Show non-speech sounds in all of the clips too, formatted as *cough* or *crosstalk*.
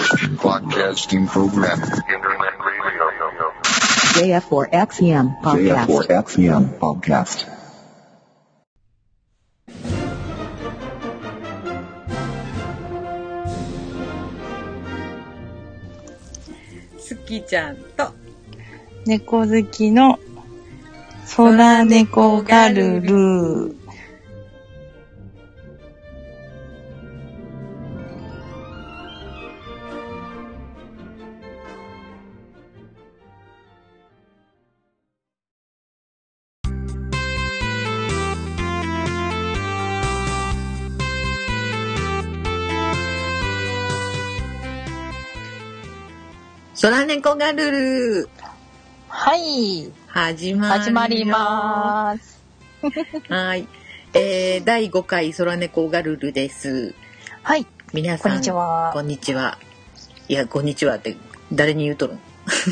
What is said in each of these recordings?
Podcasting program. Internet radio. JF4XEM podcast. JF4XEM podcast. スキちゃんと猫好きの空猫ガルル。空猫がルルはい。始ま始まりすます。。はい。えー、第5回空猫がルルです。はい。皆さんこんにちはこんにちは。いやこんにちはって誰に言うとるん？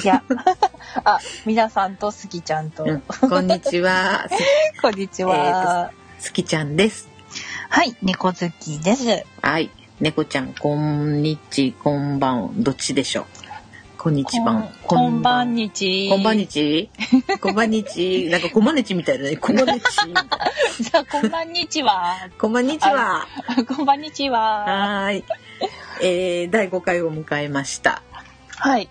いや、 *laughs* あ、皆さんとスギちゃんと、うん、こんにちは。すこんにちは。すきちゃんです。はい、猫好きです。はい。猫ちゃんこんにちこんばんどっちでしょう。こんにちばん。こんばん。にち。こんばんに。ち。こんばんにち。なんかこまにちみたいだね。こまにち。じゃあ、 *laughs* こんばんに *laughs* ちは。こんばんにちは。こんばんにちは。はーい。えー、第5回を迎えました。はい。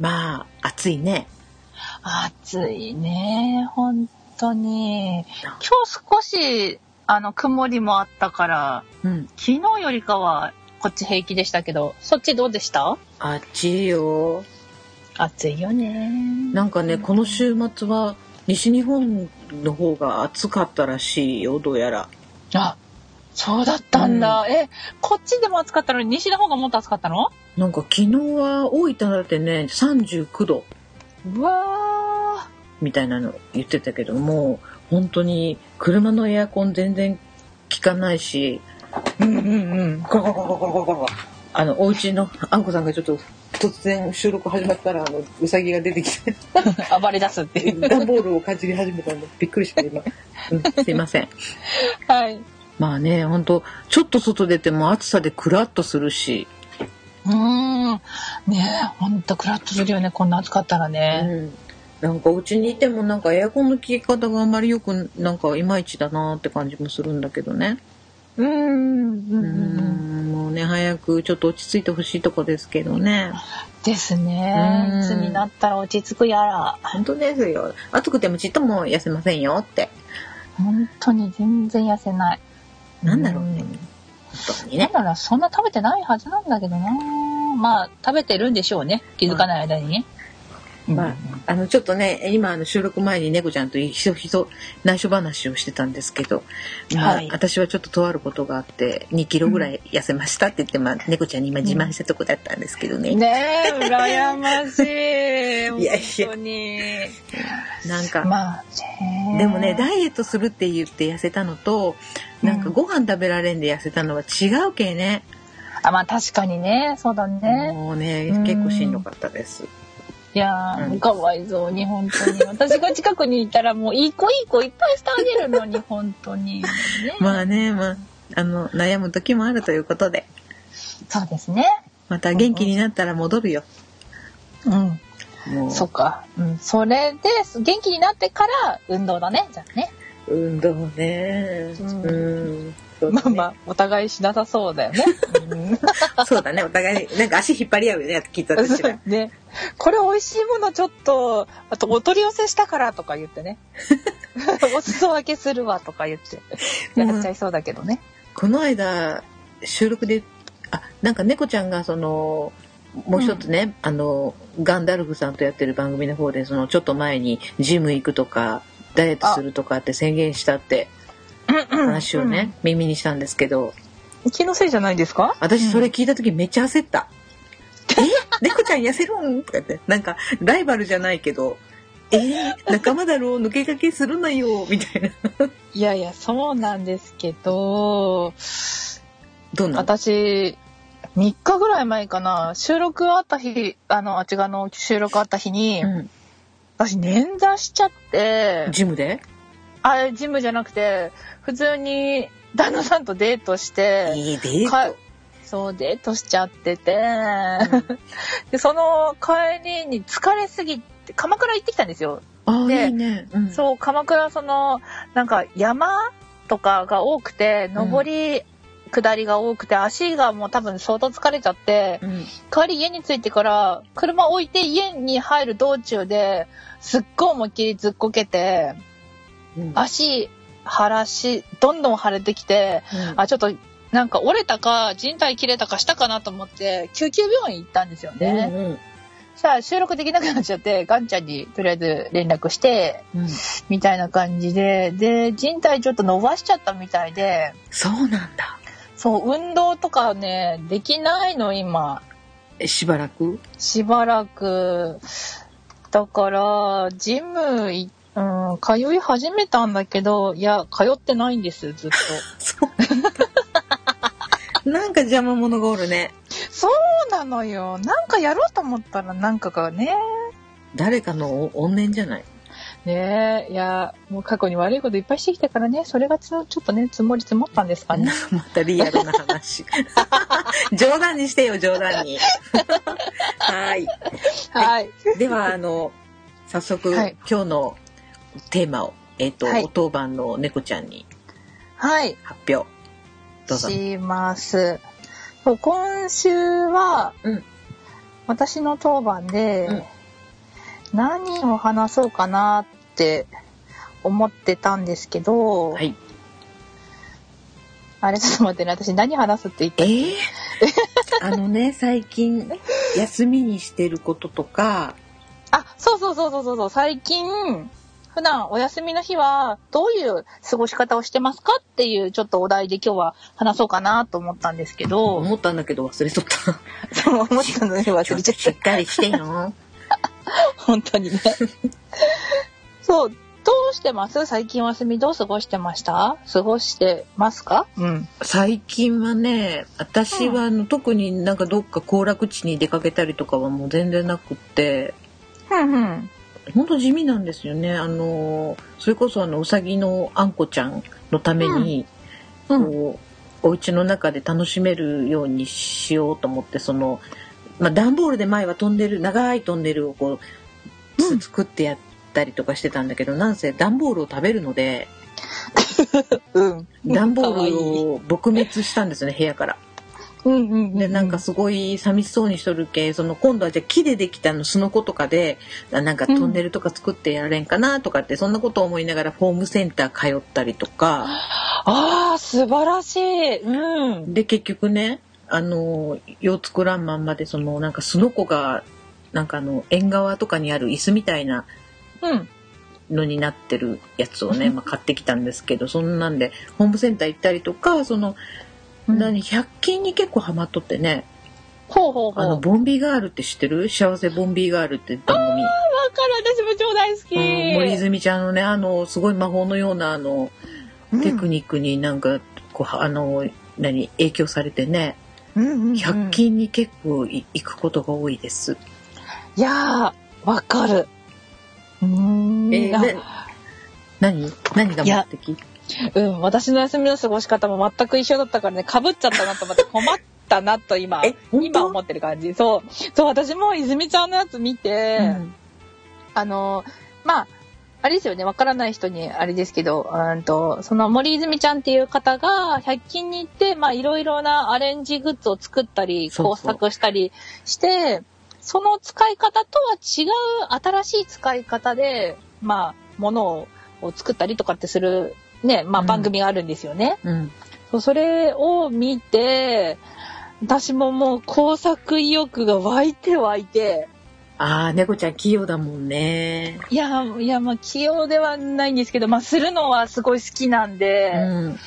まあ、暑いね。暑いね、本当に。今日少し、あの、曇りもあったから、うん。昨日よりかは、こっち平気でしたけど、そっちどうでしたあっちよ。暑いよね。なんかね、この週末は西日本の方が暑かったらしいよ、どうやら。あ、そうだったんだ。え、こっちでも暑かったのに、西の方がもっと暑かったのなんか昨日は大分だってね、39度うわみたいなの言ってたけども、本当に車のエアコン全然効かないし、ー。うんうんうん。ゴロゴロゴロゴロゴロゴロあの、お家のあんこさんがちょっと突然収録始まったら、あの、うさぎが出てきて。暴れ出すっていう。段ボールをかじり始めたんでびっくりした今、うん、すいませんはい。うまあね本当ちょっと外出ても暑さでクラッとするし、ーん。ねえ、ほんとクラッとするよね、こんな暑かったらうね。ん、なんかうちにいてもなんかエアコンの効き方があまりよくなんかいまいちだなって感じもするんだけどねうーん。ううんうんもうね早くちょっと落ち着いてほしいとこですけどねですうんね。いつになったら落ち着くやら。本当ですよ暑くてもちっとも痩せませんよって本当に全然痩せない。なんだろうねう本ん当になねんならそんな食べてないはずなんだけどな。まあ、食べてるんでしょうね。気づかない間にね。うんまあ、あの、ちょっとね、今、あの、収録前に猫ちゃんとひそひそ内緒話をしてたんですけど、まあはい私はちょっととあることがあって、2キロぐらい痩せましたって言って、まあ、猫ちゃんに今自慢したとこだったんですけどね。ねえ、羨まし *laughs* いい。やいや本当に。なんか、まあ、でもね、だダイエットするって言って痩せたのと、なんかうんご飯食べられんで痩せたのは違うけね。あ、まあ確かにね、そうだね。もうねう、ん結構しんどかったです。いやー、うんかわいそうに、本当に。 *laughs* 私が近くにいたら、もういい子いい子いっぱいしてあげるの *laughs* に、本当に。ね、まあね、まあ、あの、悩む時もあるということで、そうですね。また元気になったら戻るよ。うん。もうそっか。うん。それで、元気になってから運動だね、じゃあね。運動ね。ううんん。そうまだあねまあ、お互いしなさそうだ *laughs* よね。そうだね。お互い、なんか足引っ張り合うよね、きっと私ら。 *laughs* ね。これ美味しいものちょっと、あとお取り寄せしたからとか言 *laughs* ってね。お裾分けするわとか言って。うんやっちゃいそうだけどね。この間、収録で、あ、なんか猫ちゃんが、その、もう一つね、あの、ガンダルフさんとやってる番組の方で、その、ちょっと前に、ジム行くとか、ダイエットするとかって宣言したって話をね、耳にしたんですけど、気のせいじゃないですか私それ聞いた時めっちゃ焦 *laughs* った。え猫ちゃん痩せるんとかって、なんか、ライバルじゃないけど、えー仲間だろう、抜け駆けするなよ、みたいな。いやいや、そうなんですけど、どんな私、3日ぐらい前かな、収録あった日、あの、あっちがの収録あった日に、うん私捻挫しちゃって、ジムであれジムじゃなくて、普通に旦那さんとデートして、いいデーかト。そうデートしちゃってて、でその帰りに疲れすぎて鎌倉行ってきたんですよ、ああ、でいいね。うんそう鎌倉そのなんか山とかが多くてうん上り、下りが多くて足がもう多分相当疲れちゃってうん。帰り家に着いてから車置いて家に入る道中ですっごい思いっきりずっこけてうん。足腫らしどんどん腫れてきてあちょっとなんか折れたか人体切れたかしたかなと思って救急病院行ったんですようん、ね、さあ収録できなくなっちゃってガンちゃんにとりあえず連絡してうん。うん。みたいな感じでで人体ちょっと伸ばしちゃったみたいでそうなんだ。そう運動とかねできないの今えしばらくしばらくだからジムいうん、通い始めたんだけどいや通ってないんです *laughs* ずっとそう。 *laughs* なんか邪魔者がおるね。そうなのよなんかやろうと思ったらなんかがね誰かのお怨念じゃない。ねえいやもう過去に悪いこといっぱいしてきたからねそれがつちょっとね積もり積もったんですかねまたリアルな話。冗談にしてよ、冗談 *laughs* に。はい。 *laughs* はいでは、あの、早速、はい今日のテーマを、えっ、と、はいお当番の猫ちゃんにはい発表。どうぞ。しますそう今週は、うん私の当番で、うん何を話そうかなって思ってたんですけど、はい。あれちょっと待ってね私何話すって言ってえ *laughs* ーあのね、最近、休みにしてることとか、あそうそうそうそうそうそう最近普段お休みの日はどういう過ごし方をしてますかっていうちょっとお題で今日は話そうかなと思ったんですけど、思ったんだけど忘れとった。そう思ったのに忘れちゃしっっかりしてよ。た本当にね *laughs* そうどうしてます最近お休みどう過ごしてました過ごしてますかうん最近はね、私はあの、特になんかどっか行楽地に出かけたりとかはもう全然なくって、うんうんほんと地味なんですよね。あの、それこそあの、うさぎのあんこちゃんのために、うんこう、お家の中で楽しめるようにしようと思って、その、まあ、段ボールで前はトンネル、長いトンネルをこう、つうん作ってやったりとかしてたんだけど、なんせ段ボールを食べるので、うん段ボかわーいいルを撲滅したんですね、部屋から。うんうんうんでなんかすごい寂しそうにしとるけその今度はじゃあ木でできたのすのことかであなんかトンネルとか作ってやれんかなとかって、そんなことを思いながらホームセンター通ったりとかああ素晴らしいうんで結局ねあのよう作らんまんまでそのなんかすのこがなんかあの縁側とかにある椅子みたいなうんのになってるやつをね、まあ、買ってきたんですけどそんなんでホームセンター行ったりとかその、何100均に結構ハマっとってねほうほうほうあのボンビーガールって知ってる幸せボンビーガールって番組。わかる私も超大好き、うん森泉ちゃんのねあのすごい魔法のようなあのテクニックになんかこうあの何影響されてねうんうんうん100均に結構い行くことが多いです。いやーわかるうーん、えーあね何何が目的うん私の休みの過ごし方も全く一緒だったからねかぶっちゃったなと思って困ったなと今え本当今思ってる感じそうそう私も泉ちゃんのやつ見て、うんあのまああれですよねわからない人にあれですけどうんとその森泉ちゃんっていう方が100均に行ってまあいろいろなアレンジグッズを作ったりそうそう工作したりしてその使い方とは違う新しい使い方でまあ物をを作ったりとかってするねまあうん番組があるんですよね。うんそうそれを見て私ももう工作意欲が湧いて湧いて。ああ猫ちゃん器用だもんね。いや、いや、まあ、器用ではないんですけど、まあ、するのはすごい好きなんうで、ん、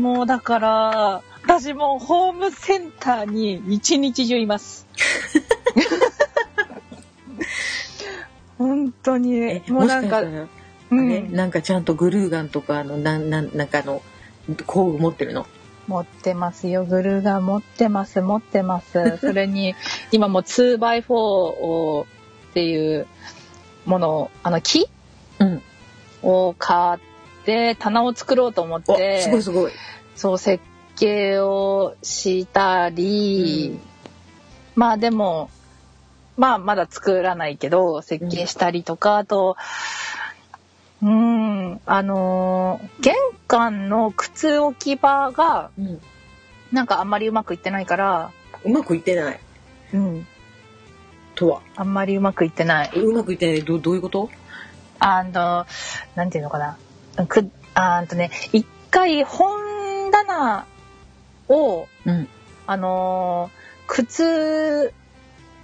もうだから、私もホームセンターに一日中います。本当にえ、ももしうかなしんたか、ら、うねん、なんかちゃんとグルーガンとかあのなんなんなんかあの工具持ってるの。持ってますよ。グルーが持ってます、持っ *laughs* てます。それに、今もう 2x4 を、っていうものを、あの木うん。を買って、棚を作ろうと思っおて、すごいすごい。そう、石付けをしたり、まあでも、まあまだ作らないけど、設計したりとか、あと、うーん、あのー玄関の靴置き場が、うんなんかあんまりうまくいってないから、うまくいってないうん、とはあんまりうまくいってない。うまくいってないどどういうことあの、なんていうのかな。く、あーんとね、一回本棚を、うんあのー靴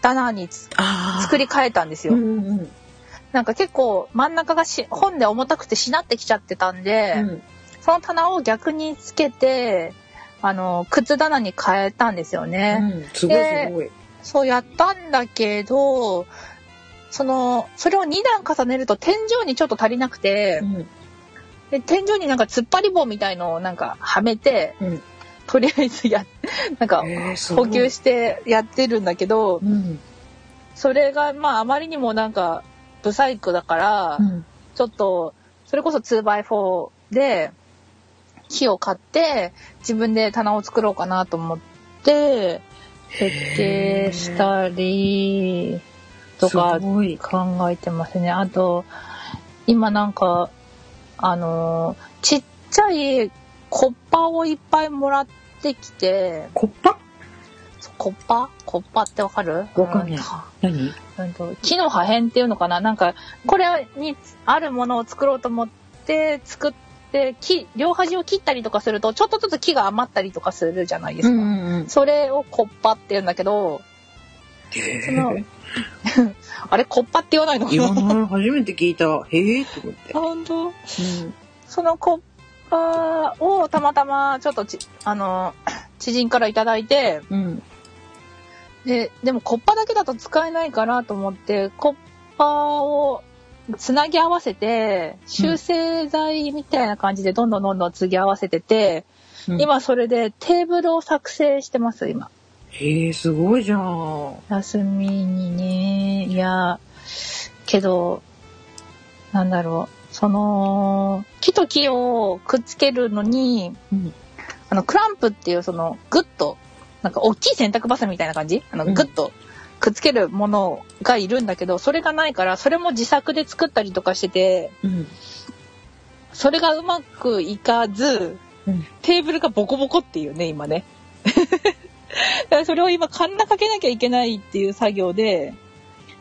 棚につあ作り変えたんですよ。うんうんうんなんか結構真ん中がし本で重たくてしなってきちゃってたんで、うんその棚を逆につけて、あのー靴棚に変えたんですよね。うんすごいすごいそうやったんだけど、その、それを2段重ねると天井にちょっと足りなくて、うんで天井になんか突っ張り棒みたいのをなんかはめて、うんとりあえずや *laughs* なんかえーすご補い給してやってるんだけどうんそれがまああまりにもなんかブサイクだから、うんちょっとそれこそ 2x4 で木を買って自分で棚を作ろうかなと思って設計したりとかすごい考えてますね。あと、今なんか、あのー、ちっちゃいコッパをいっぱいもらってきて、コッパコッパコッパってわかるわかんないい。何うんと木の破片っていうのかななんか、これにあるものを作ろうと思って作って、木、両端を切ったりとかすると、ちょっとずつ木が余ったりとかするじゃないですか。うんそれをコッパって言うんだけど、その *laughs* へあれ、コッパって言わないのーかな今の初めて聞いたへえと思って本当うんそのコッパをたまたまちょっとちあの知人からいただいてうんででもコッパだけだと使えないかなと思ってコッパをつなぎ合わせて修正剤みたいな感じでどんどんどんどんつぎ合わせてて、うん今それでテーブルを作成してます今へえすごいじゃん休みにねいやけどなんだろうその木と木をくっつけるのに、うんあのクランプっていうそのグッとなんか大きい洗濯バサミみたいな感じあのうんグッとくっつけるものがいるんだけどそれがないからそれも自作で作ったりとかしててうんそれがうまくいかず、うんテーブルがボコボコっていうね今ね。 *laughs* だからそれを今カンナかけなきゃいけないっていう作業で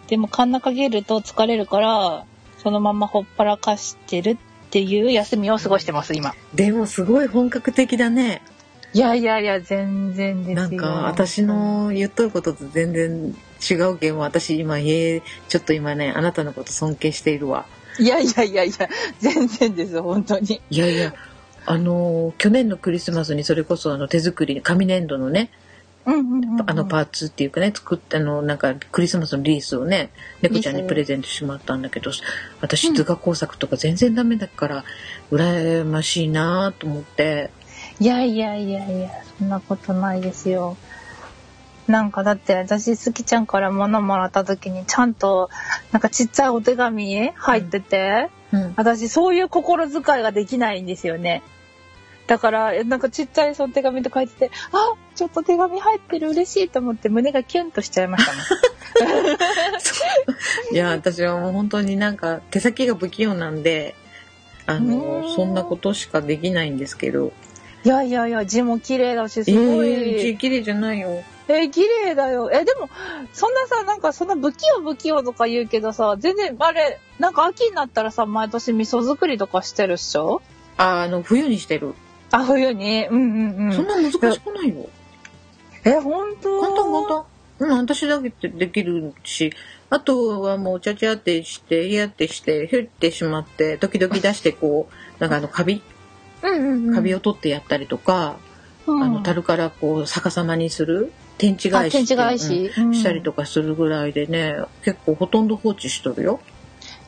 でもカンナかけると疲れるからそのままほっぱらかしてるっていう休みを過ごしてます今。でもすごい本格的だねいやいやいや全然ですよなんか私の言っとることと全然違うけん私今へえちょっと今ねあなたのこと尊敬しているわいやいやいやいや全然です本当に。いやいやあの去年のクリスマスにそれこそあの手作り紙粘土のねうんうんうんうんあのパーツっていうかね作ったあのなんかクリスマスのリースをね猫ちゃんにプレゼントしてもらったんだけど私図画工作とか全然ダメだから羨ましいなと思っていやいやいやいや、そんなことないですよ。なんかだって私、すきちゃんから物もらった時にちゃんと、なんかちっちゃいお手紙入ってて、うん私そういう心遣いができないんですよね。だから、えなんかちっちゃいその手紙と書いてて、あちょっと手紙入ってる嬉しいと思って胸がキュンとしちゃいましたね。いや私はもう本当になんか手先が不器用なんであねのえそんなことしかできないんですけどいやいやいや、字も綺麗だし、すごい。ええうち綺麗じゃないよえ、綺麗だよ。え、でも、そんなさ、なんかそんな不器用不器用とか言うけどさ、全然、あれ、なんか秋になったらさ、毎年味噌作りとかしてるっしょああの冬にしてる、あ、冬に。うんうんうそんん。な難しくないよえ、ほんと簡単簡単うん私だけでできるしあとはもうちゃちゃってしてひやってしてひゅってしまって時々出してこ *laughs* うなんかあのカビうんうんうん。カビを取ってやったりとか、うん、あの樽からこう逆さまにする天地返あし天地返っていうし、うんしたりか。とかするぐらいでね結構ほとんど放置しとるよ。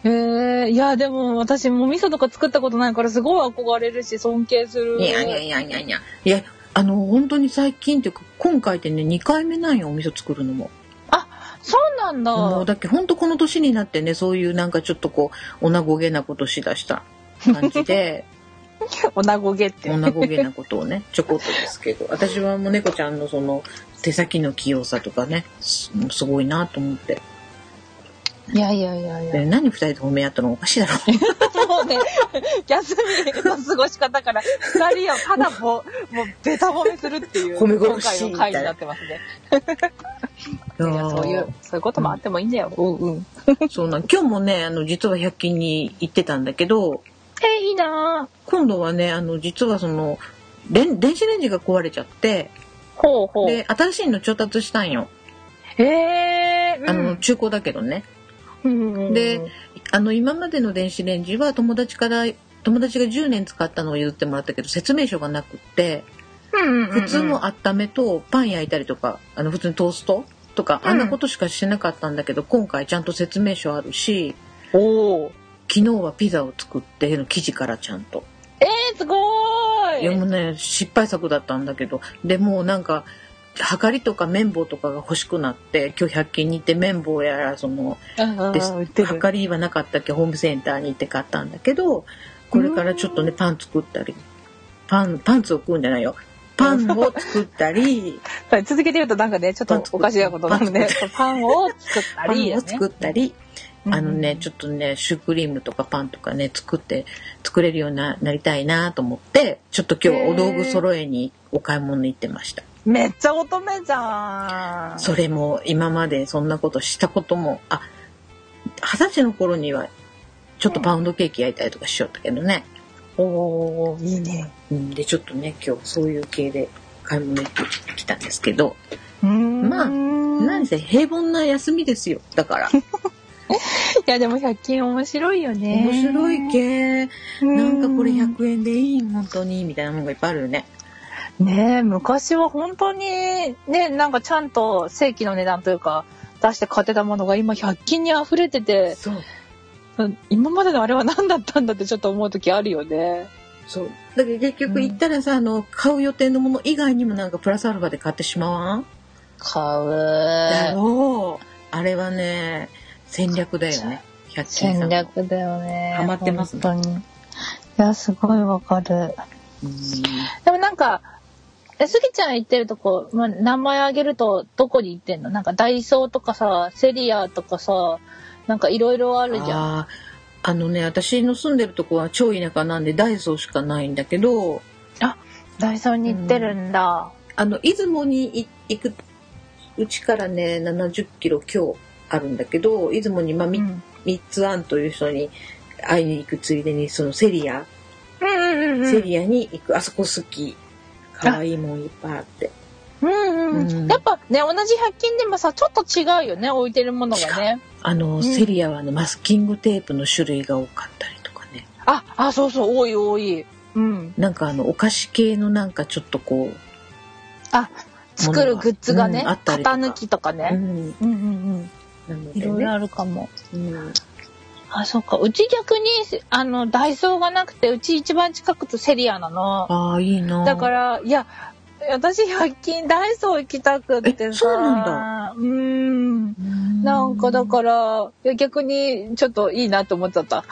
えー、いや、でも私もう味噌とか作ったことないから、すごい憧れるし、尊敬する。いやいやいやいやいや。いや、あの、本当に最近っていうか、今回ってね、2回目なんよ、お味噌作るのも。そうなんだ。もう、だっけ、本当この年 *laughs* になってね、そういうなんかちょっとこう、おなごげなことしだした感じで、おなごげって。女ごげなことをね、ちょこっとですけど、私はもう猫ちゃんのその手先の器用さとかね、すすごいなと思って。いやいやいやいやで、。何二人で褒め合ったのおかしいだろう。もうね、休みの過ごし方から、二人をただもう、もう、べた褒めするっていう、褒め今殺し回の回になってますね。 *laughs* いや、そういう、そういうこともあってもいいんだよ。うんうん。 *laughs* そうなん今日もねあの実は100均に行ってたんだけどえ、いいなぁ今度はねあの実はそのれん電子レンジが壊れちゃってほうほう。で新しいの調達したんよ、えー、あの中古だけどねうんうんうんであの今までの電子レンジは友達から友達が10年使ったのを譲ってもらったけど説明書がなくってうんうんうんうん普通の温めとパン焼いたりとかあの普通にトーストとかうんあんなことしかしてなかったんだけど今回ちゃんと説明書あるしおお。昨日はピザを作って生地からちゃんとえー、すごーいいやもうね失敗作だったんだけどでもうなんかはかりとか綿棒とかが欲しくなって今日100均に行って綿棒やらそのうんうんうんで売ってるはかりはなかったっけホームセンターに行って買ったんだけどこれからちょっとねパン作ったりパンパンツを食うんじゃないよパンを作った *laughs* りはい続けてるとなんかね、ちょっとおかしなことになるね。パンを作ったパンりやをね。作ったりあのねちょっとねシュークリームとかパンとかね作って作れるようにななりたいなと思ってちょっと今日はお道具揃えにお買い物に行ってました。めっちゃ乙女じゃん。それも今までそんなことしたこともあ二十歳の頃にはちょっとパウンドケーキ焼いたりとかしよったけどね、おおいいね。うん、でちょっとね今日そういう系で買い物行ってきたんですけど、ままあなんせ平凡な休みですよだからいやでも100均面白いよね。面白い系うなんかこれ100円でいい本当にみたいなものがいっぱいあるよねねえ昔は本当にねなんかちゃんと正規の値段というか出して買ってたものが今100均に溢れててそううん今までのあれは何だったんだってちょっと思う時あるよね。そうだけど結局行ったらさ、あの買う予定のもの以外にもなんかプラスアルファで買ってしまわん買だう。ろう。あれはね、戦略だよね。100均さんの。戦略だよね。ハマってますね本当に。いやすごいわかる。うんでもなんか、え、スギちゃん行ってるとこ、まあ、名前あげるとどこに行ってんのなんかダイソーとかさ、セリアとかさ、なんかいろいろあるじゃん。あーあのね、私の住んでるとこは超田舎なんでダイソーしかないんだけど、ダイソーに行ってるんだ。あの、出雲にい行く、うちからね、70キロ強あるんだけど、出雲に、まあ、みうん。う三んつあんという人に会いに行くついでに、そのセリア、うんうんうセん。リアに行く、あそこ好き。可愛いもんいっぱいあって。うんうんうんやっぱね、同じ100均でもさ、ちょっと違うよね、置いてるものがね。あの、んセリアはね、マスキングテープの種類が多かったりとかね。あ、あ、そうそう、多い多い。うん。なんかあのお菓子系のなんかちょっとこあ、作るグッズがね、うんあったりと型か抜きとかう、ね。うんうんうん。なのいでろいろね、あるかも。うん、あ、そっか。うち逆に、あの、ダイソーがなくて、うち一番近くとセリアなの。ああいいなだから、いや、私、100均ダイソー行きたくってえさ。そうなうーん。ななんかだから、いや逆にちょっといいなと思っちゃった。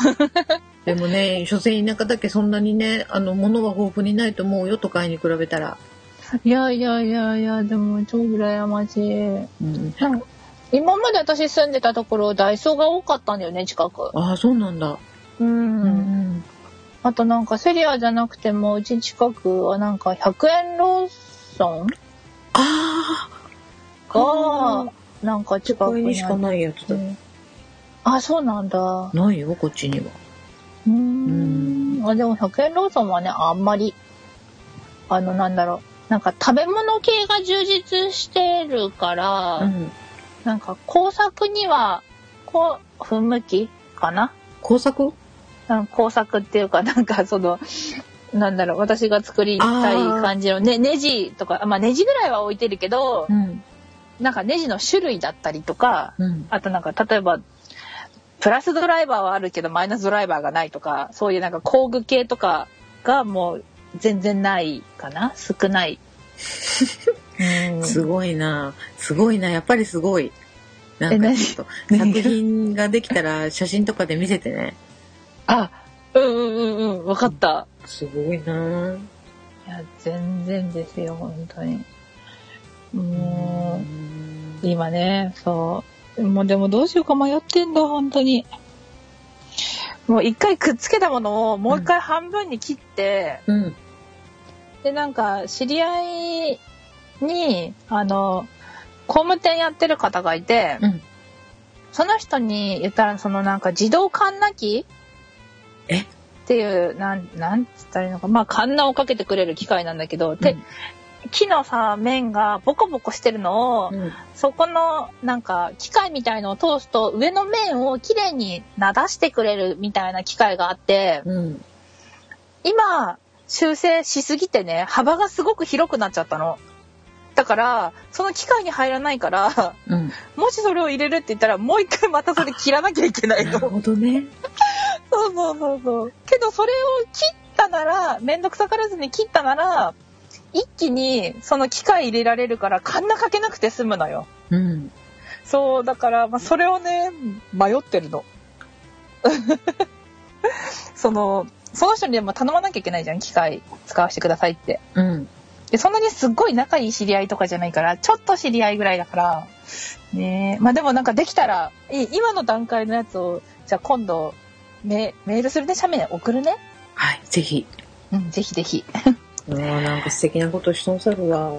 でもね所詮田舎だけそんなにねあの物は豊富にないと思うよ都会に比べたら、 *laughs* いやいやいやいや、でも超羨ましい。うん、なんか今まで私住んでたところ、ダイソーが多かったんだよね、近く。ああそうなんだ、うんあとなんかセリアじゃなくてもうち近くはなんか100円ローソンあがなんかあ都近く会ににしかないやつだ、あってあそうなんだないよこっちにはうーんあでも100円ローソンはねあんまりあのなんだろうなんか食べ物系が充実してるから、うんなんか工作にはこう不向きかな工作なんか工作っていうかなんかそのなんだろう私が作りたい感じのねネジとかまあネジぐらいは置いてるけどうんなんかネジの種類だったりとかうんあとなんか例えばプラスドライバーはあるけどマイナスドライバーがないとかそういうなんか工具系とかがもう全然ないかな少ない。うんすごいなすごいなやっぱりすごいなえんか何ちょっと何作品ができたら写真とかで見せてねあうんうんうんうん。わかった。すごいないや、全然ですよ、本当に。ぁもう、今ね、そう。もうでもどうしようか迷ってんだ、本当に。もう一回くっつけたものをもう一回半分に切って、うん。で、なんか、知り合いに、あの、工務店やってる方がいて、うんその人に言ったら、そのなんか自動カンナ機えっていう、なん、なんつったらいいのか、まあ、カンナをかけてくれる機械なんだけど、で、木のさ、面がボコボコしてるのを、うん。そこの、なんか、機械みたいのを通すと、上の面をきれいになだしてくれるみたいな機械があって、うん。今修正しすぎてね幅がすごく広くなっちゃったのだからその機械に入らないから *laughs* うん。もしそれを入れるって言ったらもう一回またそれ切らなきゃいけないな *laughs* るのほどね。そうそうそうそうけどそれを切ったなら面倒くさからずに切ったなら一気にその機械入れられるからカンナかけなくて済むのようん。そうだから、まあ、それをね迷ってるの *laughs* そのその人にでも頼まなきゃいけないじゃん機械使わせてくださいってうん。でそんなにすっごい仲いい知り合いとかじゃないからちょっと知り合いぐらいだからねえまあでもなんかできたらいい今の段階のやつをじゃあ今度メメールするね写メ送るねはい、ぜひ。うんぜひぜひうわぁなんか素敵なことしとんさるわ。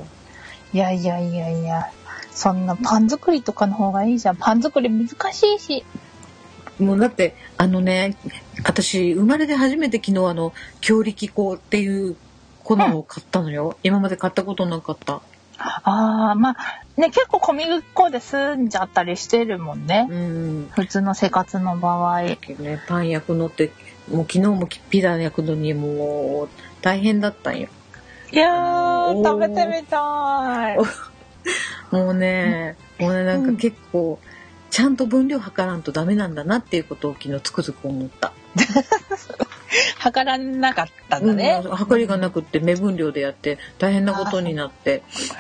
いやいやいやいやそんなパン作りとかの方がいいじゃんパン作り難しいしもうだって、あのね、私、生まれて初めて昨日あの、強力粉っていう粉を買ったのよ。今まで買ったことなかった。ああまあね結構小麦粉で済んじゃったりしてるもんねうん。普通の生活の場合けどね、パン焼くのって、もう昨日もピザ焼くのにもう大変だったんよ。いやおーー食べてみたいもうね、もうね、なんか結構、ちゃんと分量測らんとダメなんだなっていうことを昨日つくづく思った。測らなかったんだね、うん測りがなくって目分量でやって大変なことになって。そ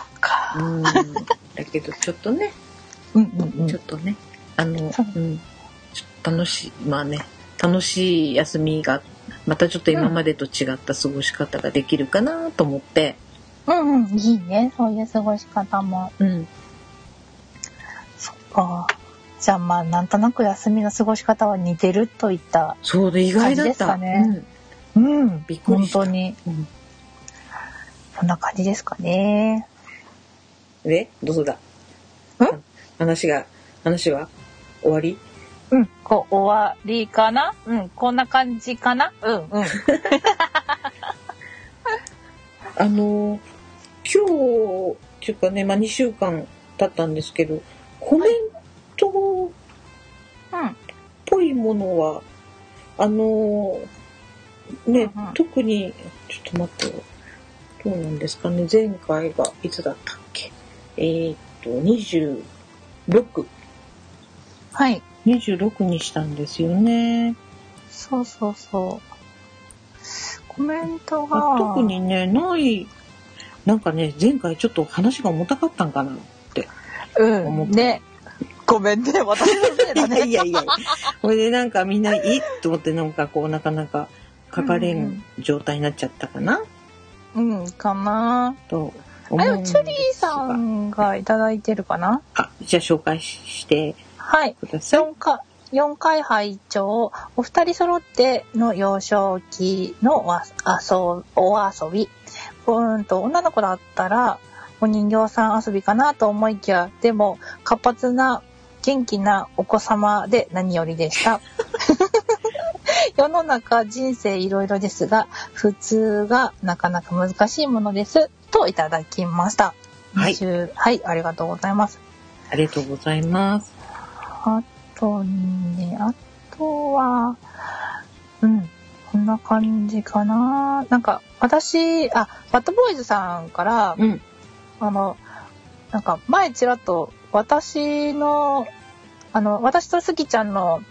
っか。うん。だけどちょっとね、うんうんちょっとね、あの、そううん、ちょっと楽しい、まあね、楽しい休みが、またちょっと今までと違った過ごし方ができるかなと思って、うんうん、いいね。そういう過ごし方も。うん、そっか。じゃあまあ、なんとなく休みの過ごし方は似てるといった。そうで意外だ感じっですた。かねうんびっくり本した当に。うん。そんな感じですかね。うん。で、どうだ話が、話は終わりうん。こう、終わりかなうん。こんな感じかなうんうん。あの、今日、っていうかね、まあ2週間経ったんですけど、コメントうん。っぽいものはあのーね、うんうん特にちょっと待ってよどうなんですかね前回がいつだったっけえーっと2626はい。にしたんですよねそうそうそう。コメントが。特。にねないなんかね前回ちょっと話が重たかったんかなうん。ね。ごめんね。私のせいだ *laughs* ね。いやいやいやこれでなんかみんないいと思ってなんかこうなかなか書かれうんうんん状態になっちゃったかな *laughs* うん、かな。とあ、思でうも、んですチがュリーさんがいただいてるかなあ、じゃあ紹介してはい。ください。 4回4回拝聴お二人揃っての幼少期のわ遊お遊びうーんと女の子だったらお人形さん遊びかなと思いきやでも活発な元気なお子様で何よりでした *laughs* 世の中人生いろいろですが普通がなかなか難しいものですといただきましたはい20はい、ありがとうございますありがとうございます。あとね、あとは、うん、こんな感じかな。なんか、私、あ、バッドボーイズさんから、うん。あの、なんか、前ちらっと、私の、あの、私とスギちゃんの、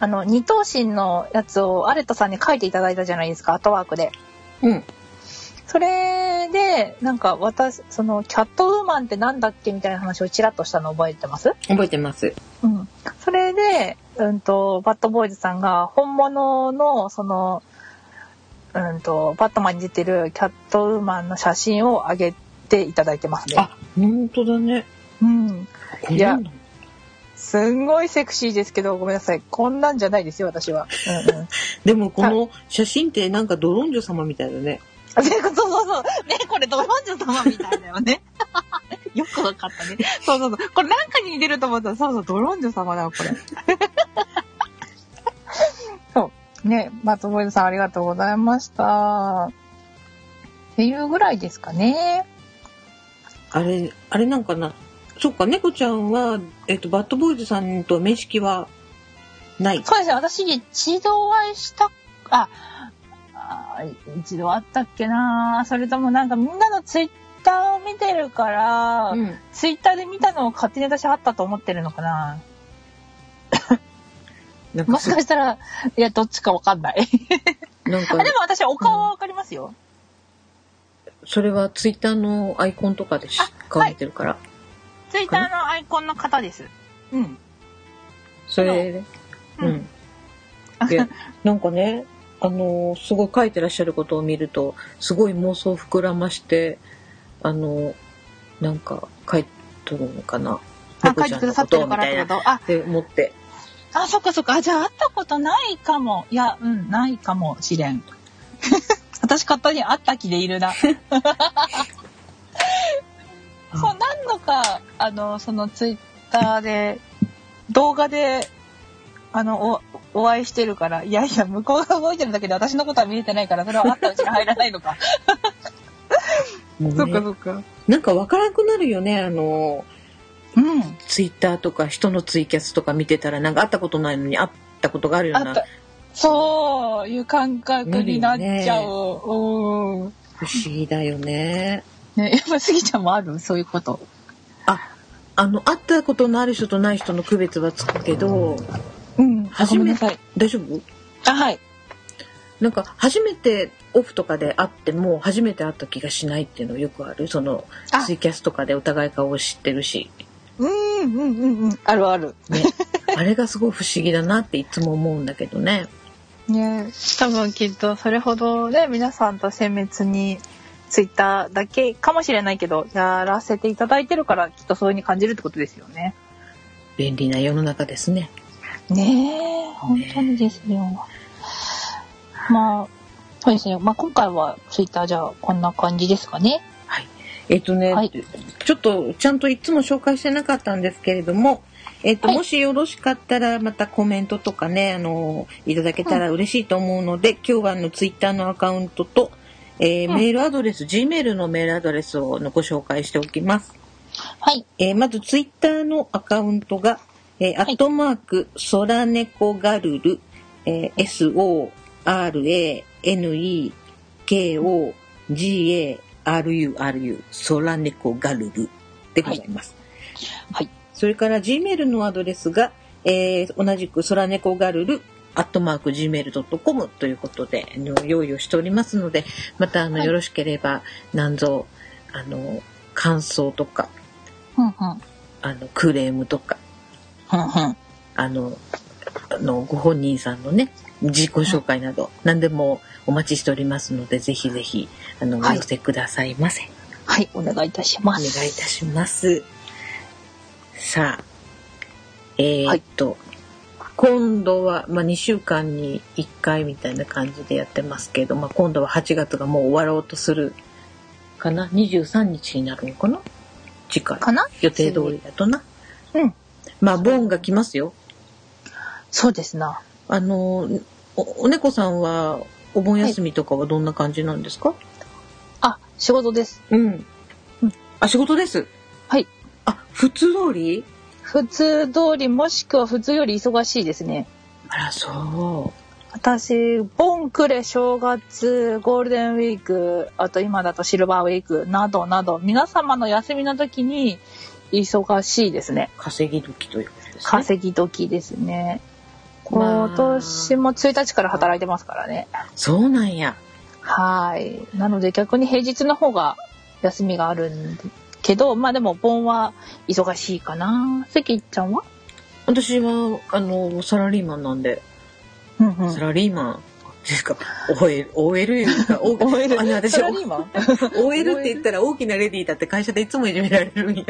あの、二等身のやつをアレットさんに書いていただいたじゃないですか、アートワークで。うん。それで、なんか、私、その、キャットウーマンってなんだっけみたいな話をちらっとしたの覚えてます覚えてます。うん、それでうんと、バッドボーイズさんが本物の、その、うんと、バットマンに出てるキャットウーマンの写真を上げていただいてますね。あ、本当だね。うん。こんなんだすんごいセクシーですけど、ごめんなさい。こんなんじゃないですよ、私は。うんうん。でもこの写真ってなんかドロンジョ様みたいだね。あで *laughs* そうそうそう。ね、これドロンジョ様みたいだよね。 *laughs* よくわかったね。そうそうそう。これなんかに似てると思ったら、そうそう、ドロンジョ様だわ、これ。 *laughs* そう。ね、松本さんありがとうございました。っていうぐらいですかね。あれ、あれなんかな。そっか、猫ちゃんは、えっと、バッドボーイズさんと面識はない。そうですね、私一度お会いした、あ、あ一度会ったっけなそれともなんかみんなのツイッターを見てるから、うん。ツイッターで見たのを勝手に私あったと思ってるのかななんかもしかしたら、いや、どっちかわかんない。なんあか *laughs* でも私、お顔はわかりますよ。それはツイッターのアイコンとかでしか見てるから。ツイッターのアイコンの方です。うん。それで、ううんん。 *laughs* で、なんかね、あのーすごい書いてらっしゃることを見ると、すごい妄想膨らまして、あのーなんか書いとるのかな。あ、猫書ちいてゃんくのださこってとるみからったいてな。こっとあ、て思って。あ、そっかそっか。あ、じゃあ会ったことないかも。いや、うん、ないかもし *laughs* れん。私、勝手に会った気でいるな。そう、何度か、あの、そのツイッターで、動画で、あの、お、お会いしてるから、いやいや、向こうが動いてるだけで私のことは見えてないから、それは会ったうちに入らないのか。もうねそっかそっか。なんかわからなくなるよね、あのうん。ーツイッターとか人のツイキャスとか見てたら、なんか会ったことないのに会ったことがあるよあうなった。そういう感覚になっちゃう。うん。不思議だよね。ね、やっぱスギちゃんもあるそういうこと。あ、あの、会ったことのある人とない人の区別はつくけど、うん。初ごめんめなさて。大丈夫あ、はい。なんか初めてオフとかで会っても初めて会った気がしないっていうのよくあるそのあツイキャスとかでお互い顔を知ってるし、うんうんうんうん。あるある。ね、あれがすごい不思議だなっていつも思うんだけどねね多分きっとそれほどね、皆さんと鮮密にツイッターだけかもしれないけど、やらせていただいてるからきっとそういうふうに感じるってことですよね。便利な世の中ですねねえ、本当にですよ。まあ、そうですね。まあ今回はツイッターじゃあこんな感じですかね。えっ、とね、はいちょっとちゃんといつも紹介してなかったんですけれどもえっと、はいもしよろしかったらまたコメントとかねあのいただけたら嬉しいと思うので、今日はあのツイッターのアカウントと、えーうんメールアドレス G メールのメールアドレスをご紹介しておきます。はい。えーまずツイッターのアカウントが、えーアいットマーク、ソラネコガルル、えー SORANEKOGARURU、ソラネコガルルでございます。はい。それから Gmail のアドレスが、えー同じくソラネコガルル、アットマーク gmail.com ということで、あの用意をしておりますので、また、あの、はいよろしければ、なんぞ、あの、感想とか、うんうん。うんあの、クレームとか、うん。あの、あの、ご本人さんのね、自己紹介など、何でもお待ちしておりますので、ぜひぜひ、あの、おはい寄せくださいませ。はい、お願いいたしおま願いいす。たします。さあ、えーっと、今度は、まあ、2週間に1回みたいな感じでやってますけど、まあ、今度は8月がもう終わろうとするかな。23日になるのかな次回。かな予定通りだとな。うん。まあ、ボンが来ますよ。そうですな。あの、お、お猫さんは、お盆休みとかはどんな感じなんですか、あ、仕事です。うん。うんあ、仕事です。はい。あ、普通通り普通通りもしくは普通より忙しいですね。あら、そ私、ボンクレ、正月、ゴールデンウィーク、あと今だとシルバーウィークなどなど、皆様の休みの時に忙しいですね。う。稼ぎ時ということですね。稼ぎ時ですね。まあ今年も1日から働いてますからね。そうなんや。はい。なので逆に平日の方が休みがあるんだけど、まあでも盆は忙しいかな。関ちゃんは私は、あの、サラリーマンなんで、うんうんサラリーマンっていうか、OL、OL いう *laughs* か、お OL あの、私サ、ラリーマン OL って言ったら大きなレディーだって会社でいつもいじめられ *laughs* るんよ。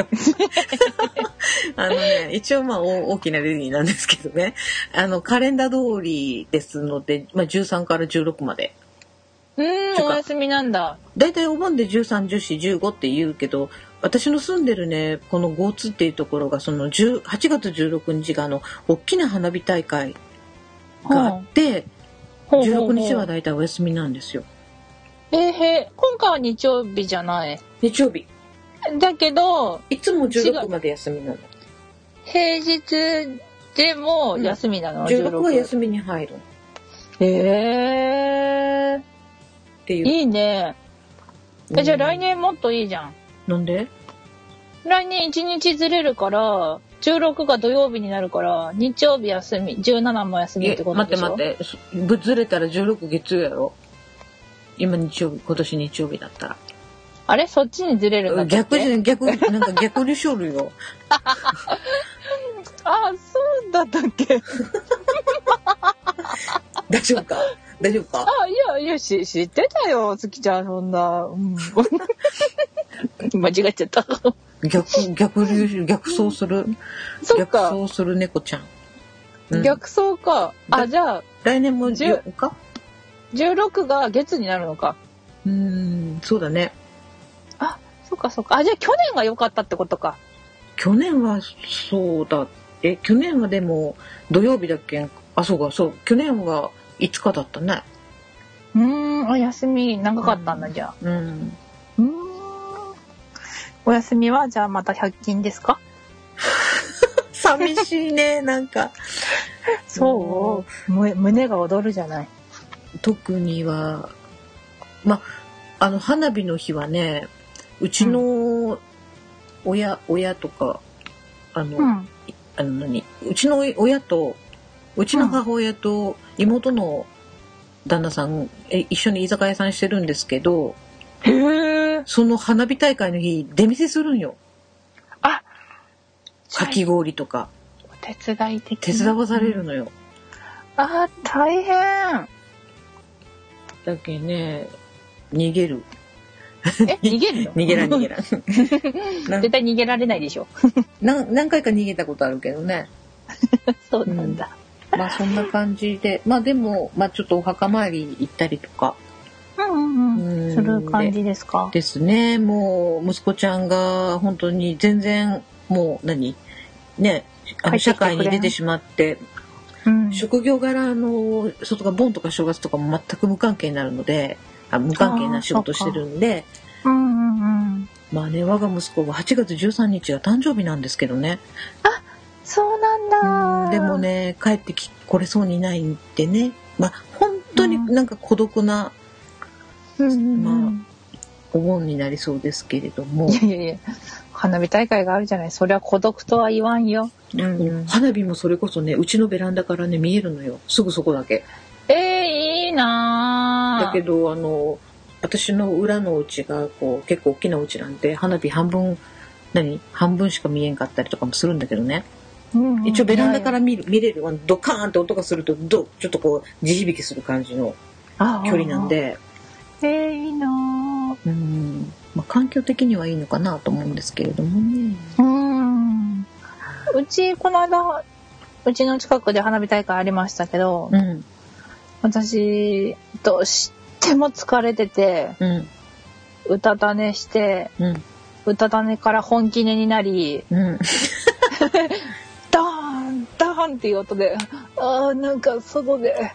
あのね、一応まあお大きなレディーなんですけどね。あの、カレンダー通りですので、まあ13から16まで。うーんお休みなんだ大体お盆で13、14、15って言うけど、私の住んでるね、このゴーツっていうところが、その10 8月16日があの、大きな花火大会があって、ほうほうほ16う日は大体お休みなんですよ。えーへー今回は日曜日じゃない日曜日。だけどいつも違う16まで休みなの。平日でも休みなの、 16は休みに入るっみへえていう。いいねえじゃあ来年もっといいじゃんなんで来年1日ずれるから16が土曜日になるから日曜日休み17も休みってこと待っでてしょ待ってそぶずれたら16月曜やろ今日曜日今年日曜日だったあれそっちにずれるんだらった逆っけじ逆なんか逆流しょる *laughs* よあそうだったっけ大丈夫か大丈夫かあいやいやし知ってたよ月ちゃんそんな、うん *laughs* 間違っちゃった逆逆流し逆走するそっ逆か走する猫ちゃん、うん逆走かあじゃあ来年もじゅ10か16が月になるのかうーんそうだねそっかそっかあじゃあ去年が良かったってことか去年はそうだえ去年はでも土曜日だっけんあそうかそう去年は5日だったねうーんお休み長かったんだじゃあ *laughs* うんうーんお休みはじゃあまた100均ですか寂しいねなんかそうむ胸が躍るじゃない特にはまああの花火の日はねうちの親、親とかあの,、うんあの何うちの親とうちの母親と妹の旦那さん、え一緒に居酒屋さんしてるんですけどへえその花火大会の日出店するんよあかき氷とか手伝い的手伝わされるのよ、あー大変だけね逃げるえ *laughs* 逃げるの逃げらん逃 *laughs* げらんなん絶対逃げられないでしょ *laughs* 何何回か逃げたことあるけどねそうなんだ、まあそんな感じでまあでも、まあ、ちょっとお墓参り行ったりとかうん、うんうんうんする感じですかですねもう息子ちゃんが本当に全然もう何ねあの帰ってきて社くれん会に出てしまってうん職業柄の外が盆とか正月とかも全く無関係になるのであ無関係な仕事してるんでうんうんうんまあね我が息子は8月13日が誕生日なんですけどねそうなんだでもね帰ってきこれそうにないんでねまあ本当になんか孤独なうんうんうんまお盆になりそうですけれどもい、やいやいや花火大会があるじゃないそりゃ孤独とは言わんよ、花火もそれこそねうちのベランダからね見えるのよすぐそこだけ。えー、いいなだけどあの私の裏のうちがこう結構大きなうちなんで花火半分何半分しか見えんかったりとかもするんだけどね、ど、うんうん一応ベランダからい見る見れるあのドカーンって音がするとドちょっとこう地響きする感じのやい距や離なんで。あーえー、いいなうんまあ、環境的にはいいのかなと思うんですけれどもね。ーうんうちこの間うちの近くで花火大会ありましたけど、うん、私どうしても疲れててうん、うたた寝してうん、うたた寝から本気寝になりうん。ダーンダーンっていう音であーなんか外で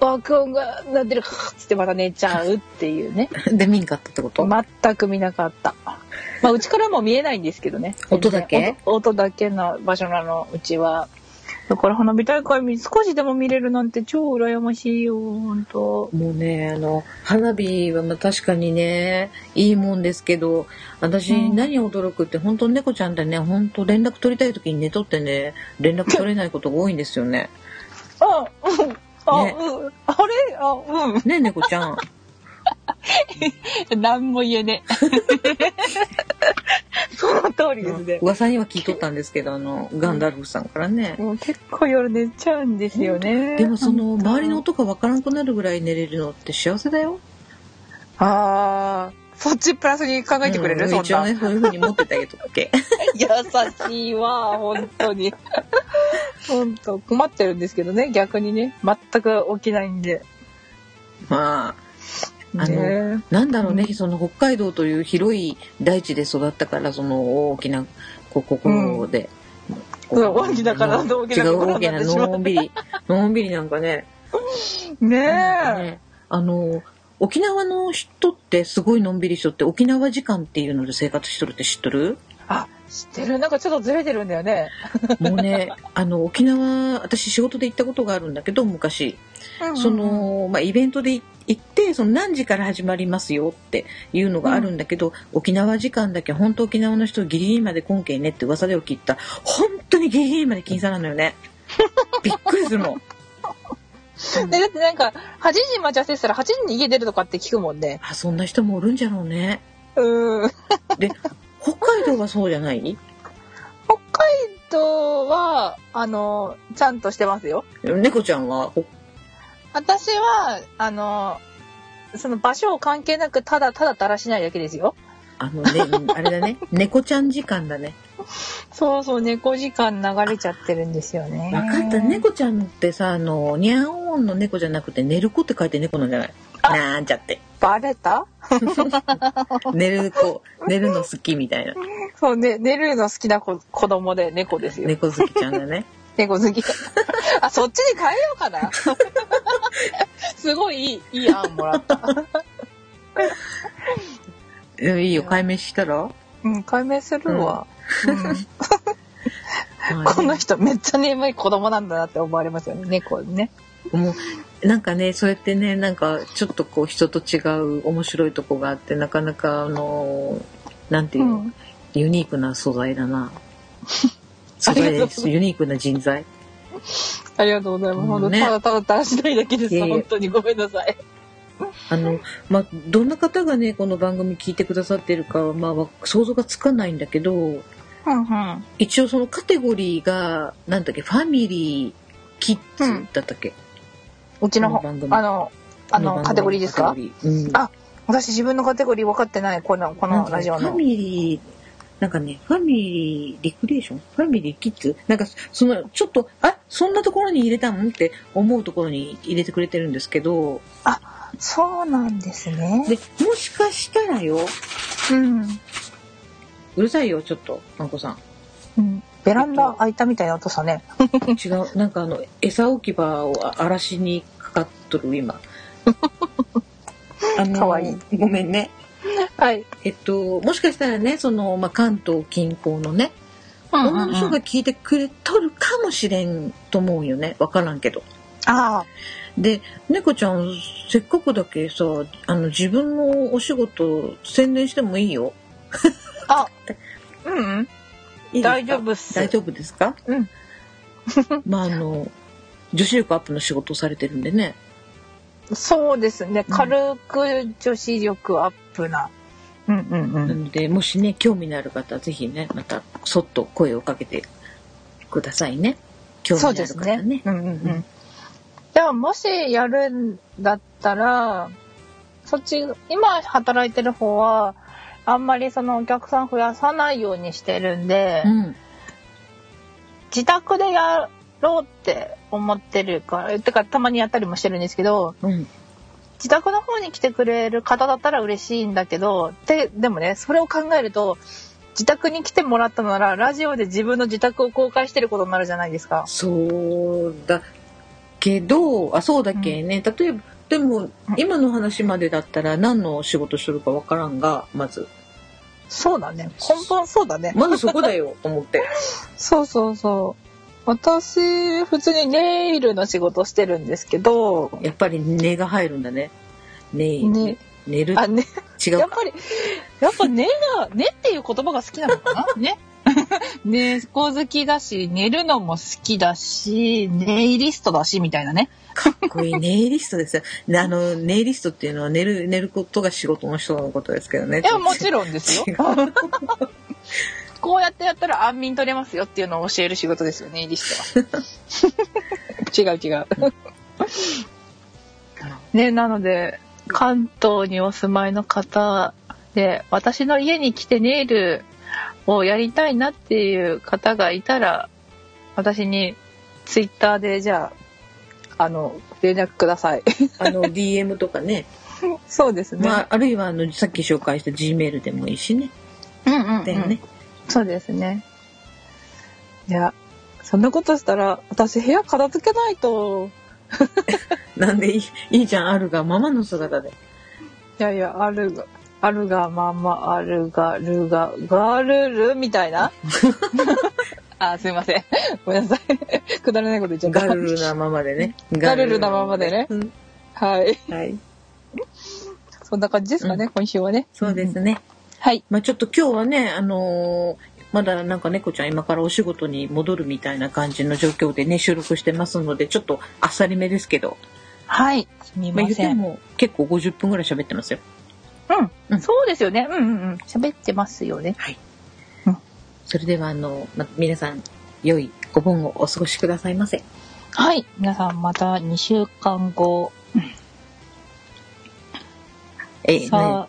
爆音が鳴ってるかっつってまた寝ちゃうっていうねで、見ん *laughs* かったってこと全く見なかったまあうちからも見えないんですけどね音だけ音音だけの場所なのうちはだから花火大会見少しでも見れるなんて超羨ましいよ本当もうね、あの、花火はまあ確かにね、いいもんですけど、私、うん何驚くって、本当猫ちゃんってね、本当連絡取りたい時に寝とってね、連絡取れないことが多いんですよね。あうんあ、ねうんあれあうんね、猫ちゃん。 *laughs* 何も言えねえ。その通りですね。噂には聞いとったんですけど、あの、ガンダルフさんからね。もう結構夜寝ちゃうんですよね。でもその、周りの音がわからなくなるぐらい寝れるのって幸せだよ。ああ、そっちプラスに考えてくれる、うんそん一応な。ね、そういうふうに持っててあげとく *laughs* け。優しいわ、本当に。本当困ってるんですけどね、逆にね、全く起きないんで。まあ、あのねなんだろうね、その北海道という広い大地で育ったから、その大きなこう心で。こううん大きな体と大きな違心う大きにななってしまうのんびり、のんびりなんかね。え。ねなんかえ。ねあの、沖縄の人ってすごいのんびりしとって、沖縄時間っていうので生活しとるって知っとるあ、知ってる。なんかちょっとずれてるんだよね。もう *laughs* ね、あの、沖縄、私仕事で行ったことがあるんだけど、昔。その、まあ、イベントで行って、その何時から始まりますよっていうのがあるんだけど、沖縄時間だけ、本当沖縄の人ギリギリまで根拠にねって噂でを聞いた。本当にギリギリまで禁止なのよ *laughs* ね。びっくりするもん。うん。でだってなんか、8時待ち合わせしたら8時に家出るとかって聞くもんね。あ、そんな人もおるんじゃろうね。うん。で、北海道はそうじゃない北海道は、あの、ちゃんとしてますよ。猫ちゃんは、ほ私は、あの、その場所を関係なく、ただただだらしないだけですよ。あのね、 *laughs* あれだね、猫ちゃん時間だね。そうそう、猫時間流れちゃってるんですよね。分かった。猫ちゃんってさ、あの、にゃんおんの猫じゃなくて、寝る子って書いて猫なんじゃないなんちゃって。バレた寝る *laughs* 子、寝るの好きみたいな。そうね、寝るの好きな子子供で猫ですよ。猫好きちゃんだね。猫 *laughs* 好き。あ、そっちに変えようかな。すごいいい、いい案もらった。いいよ、解明したら。うん、解明するわ。まあこねの人めっちゃ眠い子供なんだなって思われますよね、猫ね。もう、なんかね、そうやってね、なんか、ちょっとこう、人と違う面白いとこがあって、なかなか、あのー、なんていうの、うんユニークな素材だ *laughs* な。素材ありがで。とうございますユニークな人材。ありがとうございます。本当、ねただただだらしないだけです。いえいえ本当にごめんなさい。あの、まあ、どんな方がね、この番組聞いてくださってるかは、まあわ、想像がつかないんだけど、うん一応そのカテゴリーが、なんだっけ、ファミリー、キッズだったっけ、うちのこの番組あの、あこの、番組カテゴリーですカかテゴリーうんあ私自分のカテゴリー分かってない、この、こなんのかねラジオファの。ミリー、なんかね、ファミリー、リクリエーションファミリー、キッズなんか、その、ちょっと、あ、そんなところに入れたのって思うところに入れてくれてるんですけど、そうなんですね。で、もしかしたらよ、うん。うるさいよ、ちょっと、あんこさん。うんベランダ開いたみたいな音さね。違 *laughs* う、なんかあの、餌置き場を荒らしにかかっとる、今。 *laughs* あのかわいいごめんね。はい。えっと、もしかしたらね、その、まあ、関東近郊のね、女の人が聞いてくれとるかもしれんと思うよね。わからんけど。ああ、で、猫ちゃん、せっかくだけさ、あの、自分のお仕事宣伝してもいいよ。あ、うんうん。いいですか大丈夫っす大丈夫ですかうん *laughs* まあ、あの、女子力アップの仕事をされてるんでね。そうですね。うん軽く女子力アップな。うんうんう。なんので、もしね、興味のある方は、ぜひね、また、そっと声をかけてくださいね。興味のそあうでるす方ね。ね。うんうんうん。でももしやるんだったら、そっち、今働いてる方は、あんまりそのお客さん増やさないようにしてるんで、うん。自宅でやろうって思ってるから、てかたまにやったりもしてるんですけど、うん。自宅の方に来てくれる方だったら嬉しいんだけど、で、でもね、それを考えると、自宅に来てもらったなら、ラジオで自分の自宅を公開してることになるじゃないですか。そうだけど、あ、そうだけね。例えば、でも、今の話までだったら何の仕事しとるかわからんが、まず。そうだね。根本そうだね。まずそこだよ、と思って。そうそうそう。私、普通にネイルの仕事してるんですけど、やっぱり根が入るんだね。ね、ね寝る。あ、ね、違やうっか。ぱり、やっぱ根が、根っていう言葉が好きなのか *laughs* なね。猫好きだし、寝るのも好きだし、ネイリストだし、みたいなね。こういうネイリストですよ。ねあの、ネイリストっていうのは寝る、寝ることが仕事の人のことですけどね。いや、もちろんですよ。違う。 *laughs* こうやってやったら安眠取れますよっていうのを教える仕事ですよね、リスト *laughs* は。違う違う。ね、なので、関東にお住まいの方で、私の家に来てネイルをやりたいなっていう方がいたら、私にツイッターでじゃあ、あの、連絡ください。あの DM とかね、そうですね。まあ、あるいはあのさっき紹介した G メールでもいいしね。うん *laughs* うん、うんだよね。そうですね。いや、そんなことしたら、私部屋片付けないと。なんでいいいいじゃんあるがままの姿で。いやいや、あるが、あるがまま、あるが、るが、がるるみたいな。 *laughs* あ、すいません。ごめんなさい。くだらないこと言っちゃった。ガルルなままでね。ガルルなままでねうんはい。はい。そんな感じですかね、今週はね。そうですね。はい。まあちょっと今日はね、あのーまだなんか猫ちゃん今からお仕事に戻るみたいな感じの状況でね、収録してますので、ちょっとあっさりめですけど、はい。すみまあま言っせてん。も結構50分ぐらい喋ってますよ。う。うんんそうですよね。うんうんうん。喋ってますよね。それではあの、ま、皆さん、良いお盆をお過ごしくださいませ。はい。皆さんまた2週間後。えー、さあ、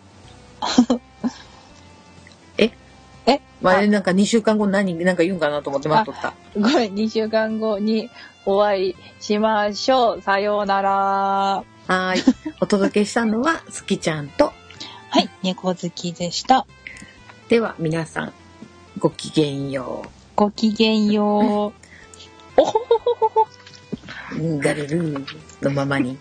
まあ、なんか2週間後何、なんか言うんかなと思って待っとった。ごめん、2週間後にお会いしましょう。さようなら。は *laughs* ーい。お届けしたのは、すきちゃんと。はい、猫好きでした。では、皆さん、ごきげんよごきげんよう。おほほほほほ。う。ガルルーのままに。